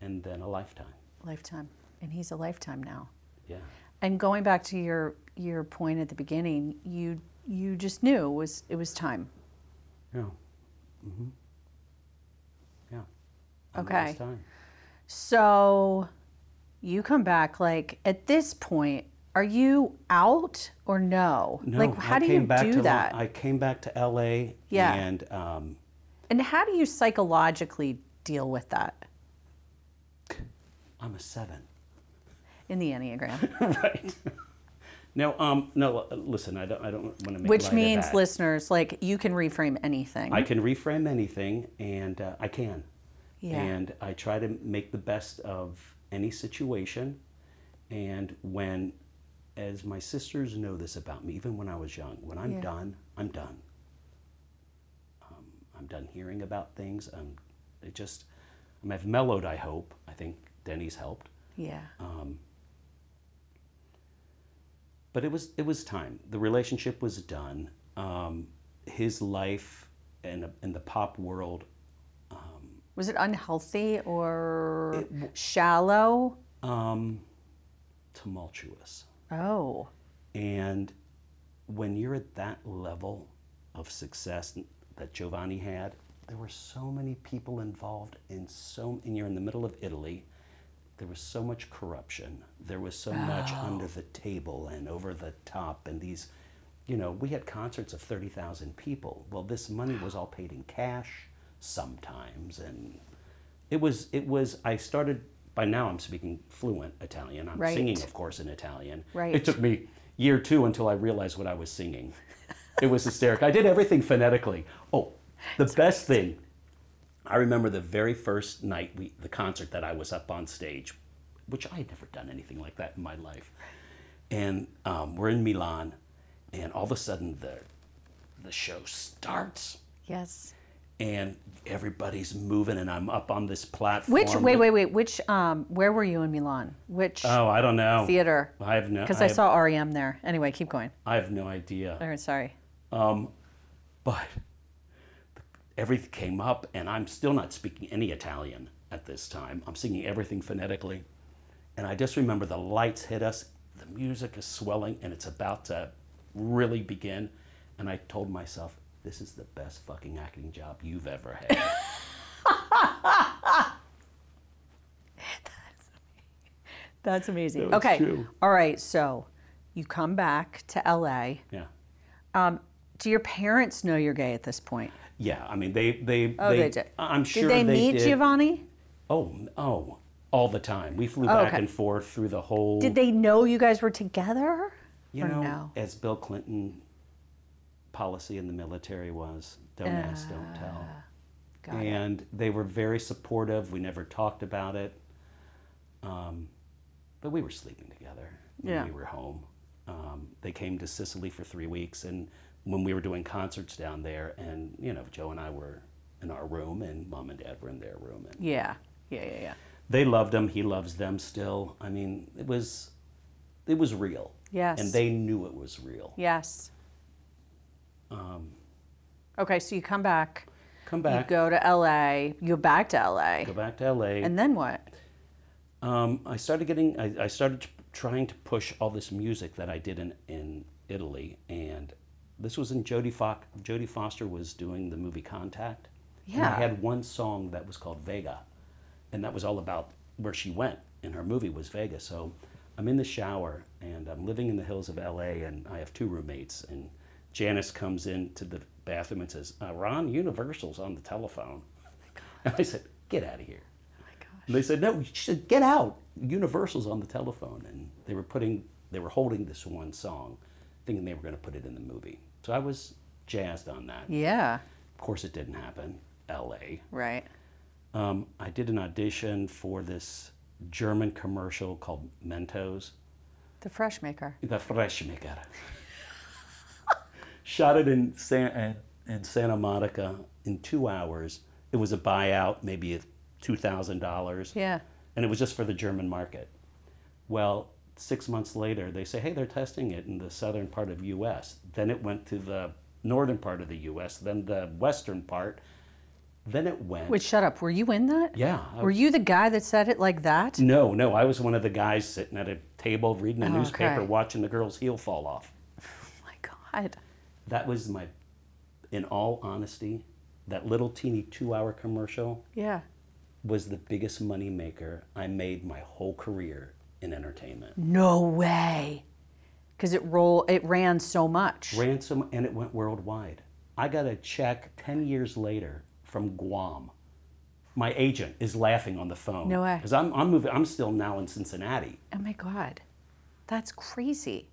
Speaker 1: and then a lifetime.
Speaker 6: Lifetime. And he's a lifetime now.
Speaker 1: Yeah.
Speaker 6: And going back to your your point at the beginning, you you just knew it was it was time.
Speaker 1: Yeah. hmm Yeah. And that was
Speaker 6: Okay.
Speaker 1: time.
Speaker 6: So you come back like at this point, are you out or no?
Speaker 1: No,
Speaker 6: like how
Speaker 1: I
Speaker 6: do
Speaker 1: came
Speaker 6: you
Speaker 1: back
Speaker 6: do
Speaker 1: to Lo-
Speaker 6: that?
Speaker 1: I came back to LA.
Speaker 6: Yeah.
Speaker 1: And um,
Speaker 6: and how do you psychologically deal with that
Speaker 1: I'm a seven.
Speaker 6: in the Enneagram?
Speaker 1: right. No, um, no. l- Listen, I don't. I don't want to make. light
Speaker 6: Which
Speaker 1: of
Speaker 6: means
Speaker 1: that.
Speaker 6: listeners, like you can reframe anything.
Speaker 1: I can reframe anything, and uh, I can.
Speaker 6: Yeah.
Speaker 1: And I try to make the best of any situation. And when, as my sisters know this about me, even when I was young, when I'm
Speaker 6: Yeah.
Speaker 1: done, I'm done. Um, I'm done hearing about things. I'm, it just, I mean, I've mellowed. I hope. I think Denny's helped.
Speaker 6: yeah.
Speaker 1: but it was it was time. The relationship was done. Um, his life and in the pop world,
Speaker 6: Was it unhealthy or shallow?
Speaker 1: um, tumultuous.
Speaker 6: Oh.
Speaker 1: And when you're at that level of success that Giovanni had, there were so many people involved in so and you're in the middle of Italy. There was so much corruption. There was so much under the table and over the top and these you know, we had concerts of 30,000 people. Well, this money was all paid in cash sometimes and it was it was I started by now I'm speaking fluent Italian. I'm singing
Speaker 6: Right.
Speaker 1: of course in Italian.
Speaker 6: Right.
Speaker 1: It took me year two until I realized what I was singing. It was hysteric. I did everything phonetically. Oh, the best thing. I remember the very first night we the concert that I was up on stage, which I had never done anything like that in my life. And um, we're in Milan, and all of a sudden the the show starts
Speaker 6: Yes.
Speaker 1: and everybody's moving and I'm up on this platform.
Speaker 6: Which wait, wait, wait. Which um, where were you in Milan? Which
Speaker 1: Oh, I don't know.
Speaker 6: theater?
Speaker 1: I have no
Speaker 6: Because
Speaker 1: I
Speaker 6: I,
Speaker 1: have-
Speaker 6: saw REM there. Anyway, keep going.
Speaker 1: I have no idea.
Speaker 6: All right, sorry.
Speaker 1: but everything came up and i'm still not speaking any italian at this time i'm singing everything phonetically and i just remember the lights hit us the music is swelling and it's about to really begin and i told myself this is the best fucking acting job you've ever had
Speaker 6: That's amazing.
Speaker 1: That was
Speaker 6: okay.
Speaker 1: true.
Speaker 6: All right. So you come back to LA.
Speaker 1: yeah
Speaker 6: Do your parents know you're gay at this point?
Speaker 1: yeah i mean they they
Speaker 6: Oh, they, did.
Speaker 1: i'm sure
Speaker 6: Did they, meet
Speaker 1: did.
Speaker 6: Giovanni? Oh,
Speaker 1: oh oh all the time we flew back
Speaker 6: okay.
Speaker 1: and forth through the whole
Speaker 6: Did they know you guys were together?
Speaker 1: You
Speaker 6: or
Speaker 1: know, eh,
Speaker 6: no?
Speaker 1: as Bill Clinton policy in the military was, don't ask, don't tell.
Speaker 6: Ah, got it.
Speaker 1: and they were very supportive. We never talked about it. Um, but we were sleeping together when
Speaker 6: Yeah.
Speaker 1: we were home. Um, they came to Sicily for three weeks, and when we were doing concerts down there, and you know, Joe and I were in our room, and mom and dad were in their room, and
Speaker 6: Yeah. Yeah. Yeah. Yeah.
Speaker 1: they loved him. He loves them still. I mean, it was, it was real.
Speaker 6: Yes.
Speaker 1: And they knew it was real.
Speaker 6: Yes. okay, so you come back.
Speaker 1: Come Um. back.
Speaker 6: You go to LA. You go back to LA.
Speaker 1: go back to LA.
Speaker 6: And then what?
Speaker 1: um, I started getting, I, I started t- trying to push all this music that I did in, in Italy, and this was in Jodie Fo- Jodie Foster was doing the movie Contact. And
Speaker 6: Yeah.
Speaker 1: I had one song that was called Vega, and that was all about where she went, and her movie was Vega. So I'm in the shower, and I'm living in the hills of LA, and I have two roommates, and Janice comes into the bathroom and says, uh, "Ron, Universal's on the telephone."
Speaker 6: Oh
Speaker 1: And I said, "Get out of here." And they said, no, you should get out. Universal's on the telephone. And they were putting, they were holding this one song, thinking they were going to put it in the movie. So I was jazzed on that.
Speaker 6: Yeah.
Speaker 1: Of course, it didn't happen. L.A.
Speaker 6: Right.
Speaker 1: Um, I did an audition for this German commercial called Mentos.
Speaker 6: The fresh maker.
Speaker 1: The Freshmaker. Shot it in, San, uh, in- in Santa Monica in two hours. It was a buyout, maybe a $2,000.
Speaker 6: Yeah.
Speaker 1: And it was just for the German market. Well, six months later, they say, hey, they're testing it in the southern part of U.S. Then it went to the northern part of the U.S., then the western part. Then it went.
Speaker 6: Wait, shut up. Were you in that?
Speaker 1: yeah. I
Speaker 6: Were you the guy that said it like that?
Speaker 1: no, no, I was one of the guys sitting at a table, reading a newspaper,
Speaker 6: Oh, Okay.
Speaker 1: watching the girl's heel fall off.
Speaker 6: my God.
Speaker 1: That was my, in all honesty, that little teeny two hour commercial
Speaker 6: Yeah.
Speaker 1: was the biggest money maker I made my whole career in entertainment.
Speaker 6: No way. Because it roll, it ran so much.
Speaker 1: Ransom, and it went worldwide. I got a check 10 years later from Guam. My agent is laughing on the phone.
Speaker 6: No way.
Speaker 1: Because I'm, I'm moving, I'm still now in Cincinnati.
Speaker 6: Oh my God. That's crazy.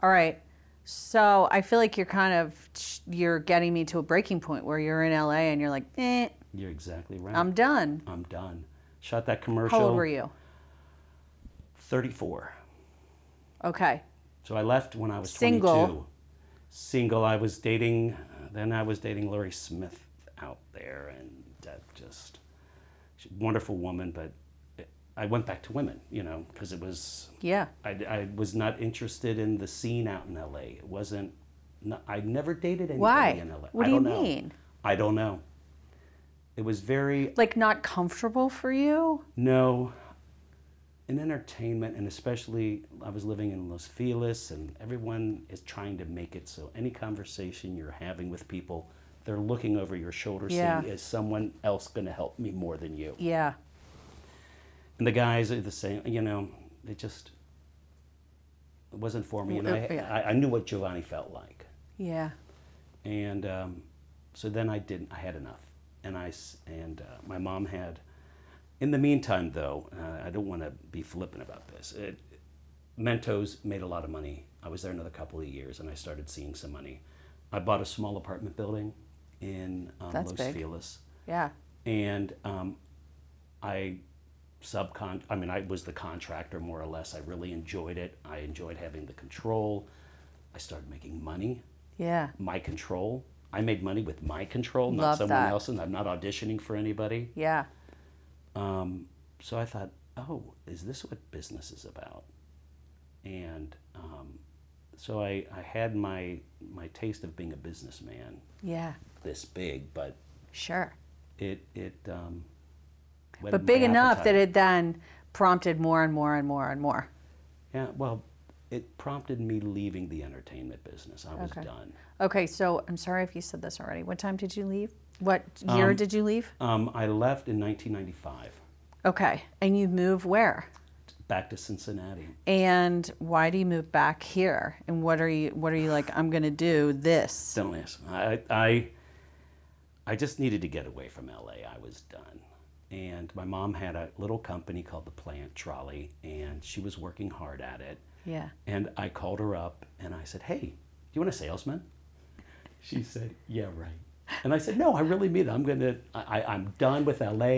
Speaker 6: All right. So I feel like you're kind of, you're getting me to a breaking point where you're in LA and you're like, eh,
Speaker 1: You're exactly right.
Speaker 6: I'm done.
Speaker 1: I'm done. Shot that commercial.
Speaker 6: How old were you?
Speaker 1: 34.
Speaker 6: Okay.
Speaker 1: So I left when I was
Speaker 6: Single.
Speaker 1: 22. Single. I was dating, then I was dating Lori Smith out there, and that just, she's a wonderful woman, but I went back to women, you know, because it was,
Speaker 6: Yeah.
Speaker 1: I, I was not interested in the scene out in LA. It wasn't, no, I never dated anybody
Speaker 6: Why?
Speaker 1: in LA.
Speaker 6: What
Speaker 1: I
Speaker 6: do you
Speaker 1: don't know.
Speaker 6: mean?
Speaker 1: I don't know. It was very
Speaker 6: Like not comfortable for you?
Speaker 1: no. In entertainment, and especially I was living in Los Feliz, and everyone is trying to make it so any conversation you're having with people, they're looking over your shoulder
Speaker 6: Yeah.
Speaker 1: saying, Is someone else going to help me more than you?
Speaker 6: Yeah.
Speaker 1: And the guys are the same, you know, it just it wasn't for me. And I,
Speaker 6: Yeah.
Speaker 1: I, I knew what Giovanni felt like.
Speaker 6: Yeah.
Speaker 1: and um, so then I didn't. I had enough, and I s- and uh, my mom had. In the meantime, though, uh, I don't want to be flippant about this. It, Mentos made a lot of money. I was there another couple of years, and I started seeing some money. I bought a small apartment building in um,
Speaker 6: That's
Speaker 1: Los
Speaker 6: big.
Speaker 1: Feliz,
Speaker 6: Yeah.
Speaker 1: and um, I subcon. I mean, I was the contractor more or less. I really enjoyed it. I enjoyed having the control. I started making money
Speaker 6: Yeah.
Speaker 1: my control. I made money with my control, not
Speaker 6: Love
Speaker 1: someone
Speaker 6: that.
Speaker 1: else, and I'm not auditioning for anybody.
Speaker 6: Yeah.
Speaker 1: So I thought, oh, is this what business is about? And um, so I, I had my my taste of being a businessman,
Speaker 6: Yeah.
Speaker 1: this big, but
Speaker 6: Sure.
Speaker 1: it it. Um,
Speaker 6: But big enough that it then prompted more and more and more and more.
Speaker 1: Yeah, well, it prompted me leaving the entertainment business. I was done.
Speaker 6: Okay, so I'm sorry if you said this already. What time did you leave? What year did you leave?
Speaker 1: Um, I left in 1995,
Speaker 6: Okay, and you move where?
Speaker 1: back to Cincinnati.
Speaker 6: And why do you move back here? And what are you what are you like I'm going to do this?
Speaker 1: Don't ask. I, I, I just needed to get away from LA. I was done. And my mom had a little company called the Plant Trolley, and she was working hard at it.
Speaker 6: Yeah.
Speaker 1: And I called her up and I said, Hey, do you want a salesman? She said, Yeah, right. And I said, No, I really mean it. I'm going to, I, I- I'm done with LA.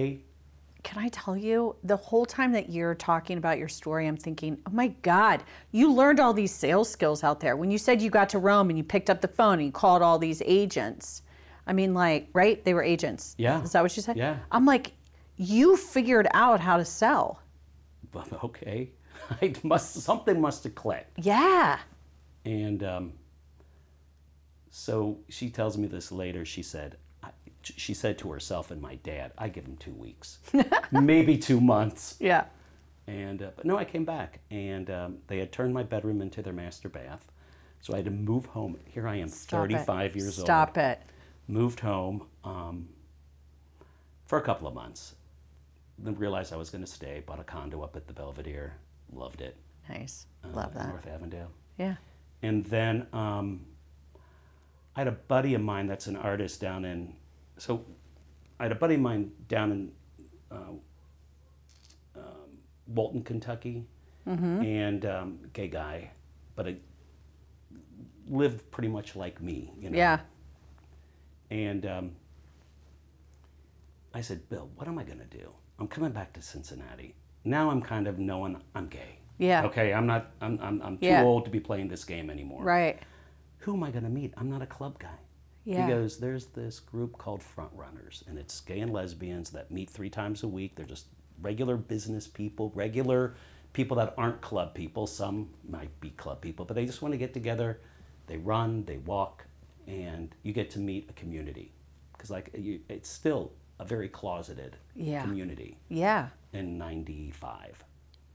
Speaker 6: Can I tell you the whole time that you're talking about your story I'm thinking, "Oh my god, you learned all these sales skills out there. When you said you got to Rome and you picked up the phone and you called all these agents." I mean like, right? They were agents.
Speaker 1: Yeah.
Speaker 6: Is that what you said?
Speaker 1: Yeah.
Speaker 6: I'm like, "You figured out how to sell."
Speaker 1: But okay. I must, something must have clicked.
Speaker 6: Yeah.
Speaker 1: And um, so she tells me this later. She said, I, she said to herself and my dad, I give him two weeks, maybe two months.
Speaker 6: Yeah.
Speaker 1: And uh, but no, I came back, and um, they had turned my bedroom into their master bath. So I had to move home. Here I am, 35 years
Speaker 6: Stop
Speaker 1: old.
Speaker 6: Stop it.
Speaker 1: Moved home um, for a couple of months. Then realized I was going to stay. Bought a condo up at the Belvedere. Loved it.
Speaker 6: Nice.
Speaker 1: uh,
Speaker 6: Love that.
Speaker 1: North Avondale.
Speaker 6: Yeah.
Speaker 1: And then um, I had a buddy of mine that's an artist down in. So I had a buddy of mine down in uh, um, Walton, Kentucky,
Speaker 6: Mm-hmm.
Speaker 1: and um, gay guy, but it lived pretty much like me, you know.
Speaker 6: Yeah.
Speaker 1: And um, I said, Bill, what am I going to do? I'm coming back to Cincinnati. Now I'm kind of knowing I'm gay.
Speaker 6: Yeah.
Speaker 1: Okay, I'm not, I'm, I'm, I'm too
Speaker 6: Yeah.
Speaker 1: old to be playing this game anymore.
Speaker 6: Right.
Speaker 1: Who am I going to meet? I'm not a club guy.
Speaker 6: Yeah.
Speaker 1: He goes, there's this group called Front Runners, and it's gay and lesbians that meet three times a week. They're just regular business people, regular people that aren't club people. Some might be club people, but they just want to get together. They run, they walk, and you get to meet a community. Because like you, it's still a very closeted
Speaker 6: Yeah.
Speaker 1: community
Speaker 6: Yeah.
Speaker 1: in 95.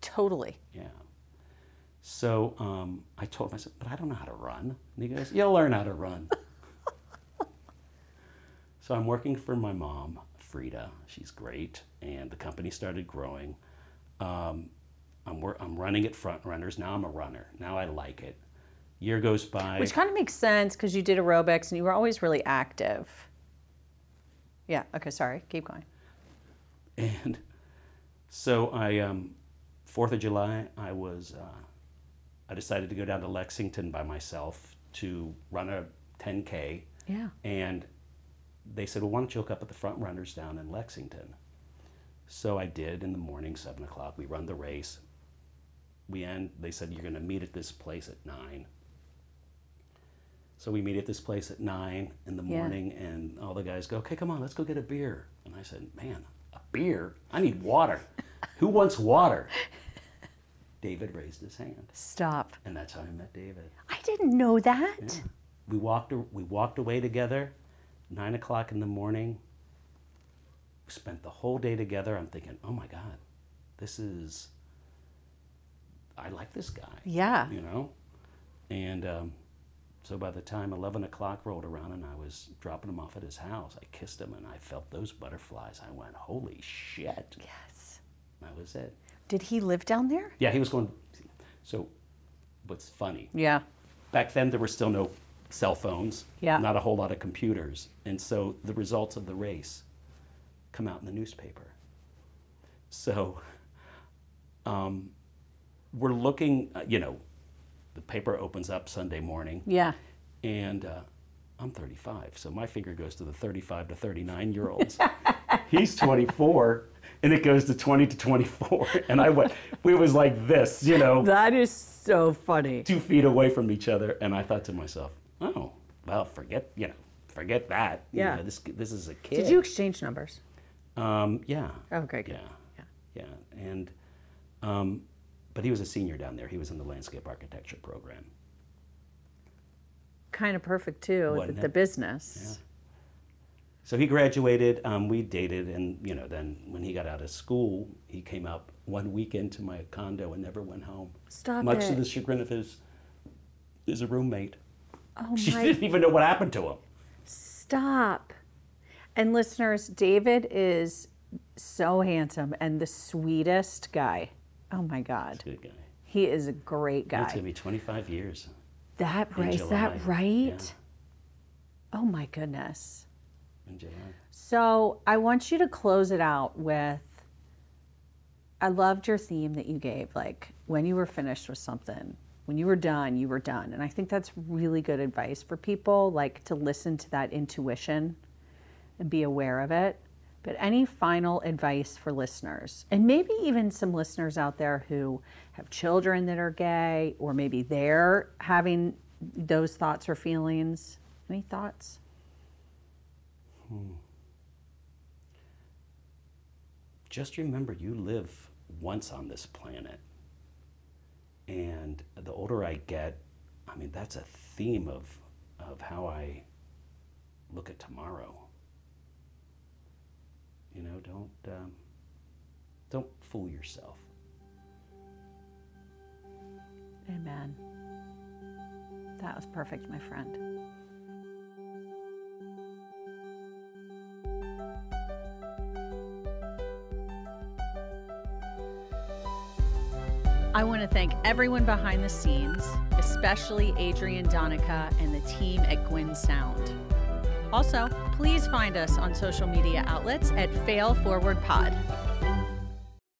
Speaker 6: Totally.
Speaker 1: Yeah. So um, I told myself, but I don't know how to run. And he goes, You'll learn how to run. so I'm working for my mom, Frida. She's great. And the company started growing. Um, I'm, wor- I'm running at front runners. Now I'm a runner. Now I like it. Year goes by.
Speaker 6: Which kind of makes sense because you did aerobics and you were always really active. Yeah. Okay. Sorry. Keep going.
Speaker 1: And so I, um, Fourth of July, I was, uh, I decided to go down to Lexington by myself to run a 10K.
Speaker 6: Yeah.
Speaker 1: And they said, well, why don't you hook up at the front runners down in Lexington? So I did in the morning, seven o'clock. We run the race. We end, they said, you're going to meet at this place at nine. So we meet at this place at nine in the
Speaker 6: Yeah.
Speaker 1: morning, and all the guys go, okay, come on, let's go get a beer. And I said, man, a beer? I need water. Who wants water? David raised his hand,
Speaker 6: Stop.
Speaker 1: and that's how I met David.
Speaker 6: I didn't know that.
Speaker 1: We walked, we walked away together, nine o'clock in the morning. Spent the whole day together. I'm thinking, oh my God, this is, I like this guy.
Speaker 6: Yeah.
Speaker 1: You know? And um, so by the time 11 o'clock rolled around and I was dropping him off at his house, I kissed him and I felt those butterflies. I went, holy shit.
Speaker 6: Yes.
Speaker 1: That was it.
Speaker 6: Did he live down there?
Speaker 1: Yeah, he was going, so what's funny
Speaker 6: Yeah.
Speaker 1: back then there were still no cell phones
Speaker 6: Yeah.
Speaker 1: not a whole lot of computers and so the results of the race come out in the newspaper so um, we're looking uh, you know the paper opens up sunday morning
Speaker 6: Yeah.
Speaker 1: and uh, i'm 35 so my finger goes to the 35 to 39 year olds he's 24 and it goes to 20 to 24 and i went we was like this you know
Speaker 6: That is so funny.
Speaker 1: two feet away from each other, and I thought to myself, "Oh, well, forget you know, forget that. You
Speaker 6: Yeah.
Speaker 1: know, this this is a kid."
Speaker 6: Did you Oh, exchange numbers?
Speaker 1: Um, yeah.
Speaker 6: Okay, good.
Speaker 1: Yeah. Yeah. And, um, but he was a senior down there. He was in the landscape architecture program.
Speaker 6: Kind of perfect too with
Speaker 1: Wasn't
Speaker 6: the,
Speaker 1: it?
Speaker 6: the business.
Speaker 1: So he graduated. Um, we dated, and you know, then when he got out of school, he came up one weekend to my condo and never went home.
Speaker 6: Stop
Speaker 1: Much to
Speaker 6: it.
Speaker 1: the chagrin of his, his roommate.
Speaker 6: Oh
Speaker 1: She
Speaker 6: my
Speaker 1: didn't even know what happened to him.
Speaker 6: Stop. And listeners, David is so handsome and the sweetest guy. Oh my God.
Speaker 1: Good guy.
Speaker 6: He is a great
Speaker 1: It's
Speaker 6: guy.
Speaker 1: gonna be 25 years.
Speaker 6: That
Speaker 1: in
Speaker 6: right, is that
Speaker 1: July.
Speaker 6: right?
Speaker 1: Yeah,
Speaker 6: Oh my goodness.
Speaker 1: in July.
Speaker 6: So I want you to close it out with I loved your theme that you gave, like when you were finished with something, when you were done, you were done. And I think that's really good advice for people, like to listen to that intuition and be aware of it. But any final advice for listeners, and maybe even some listeners out there who have children that are gay, or maybe they're having those thoughts or feelings? Any thoughts?
Speaker 1: Just remember you live once on this planet. And the older I get, I mean, that's a theme of, of how I look at tomorrow. You know, don't, um, don't fool yourself.
Speaker 6: Amen. That was perfect, my friend. I want to thank everyone behind the scenes, especially Adrian Donica and the team at Gwyn Sound. Also, please find us on social media outlets at Fail Forward Pod.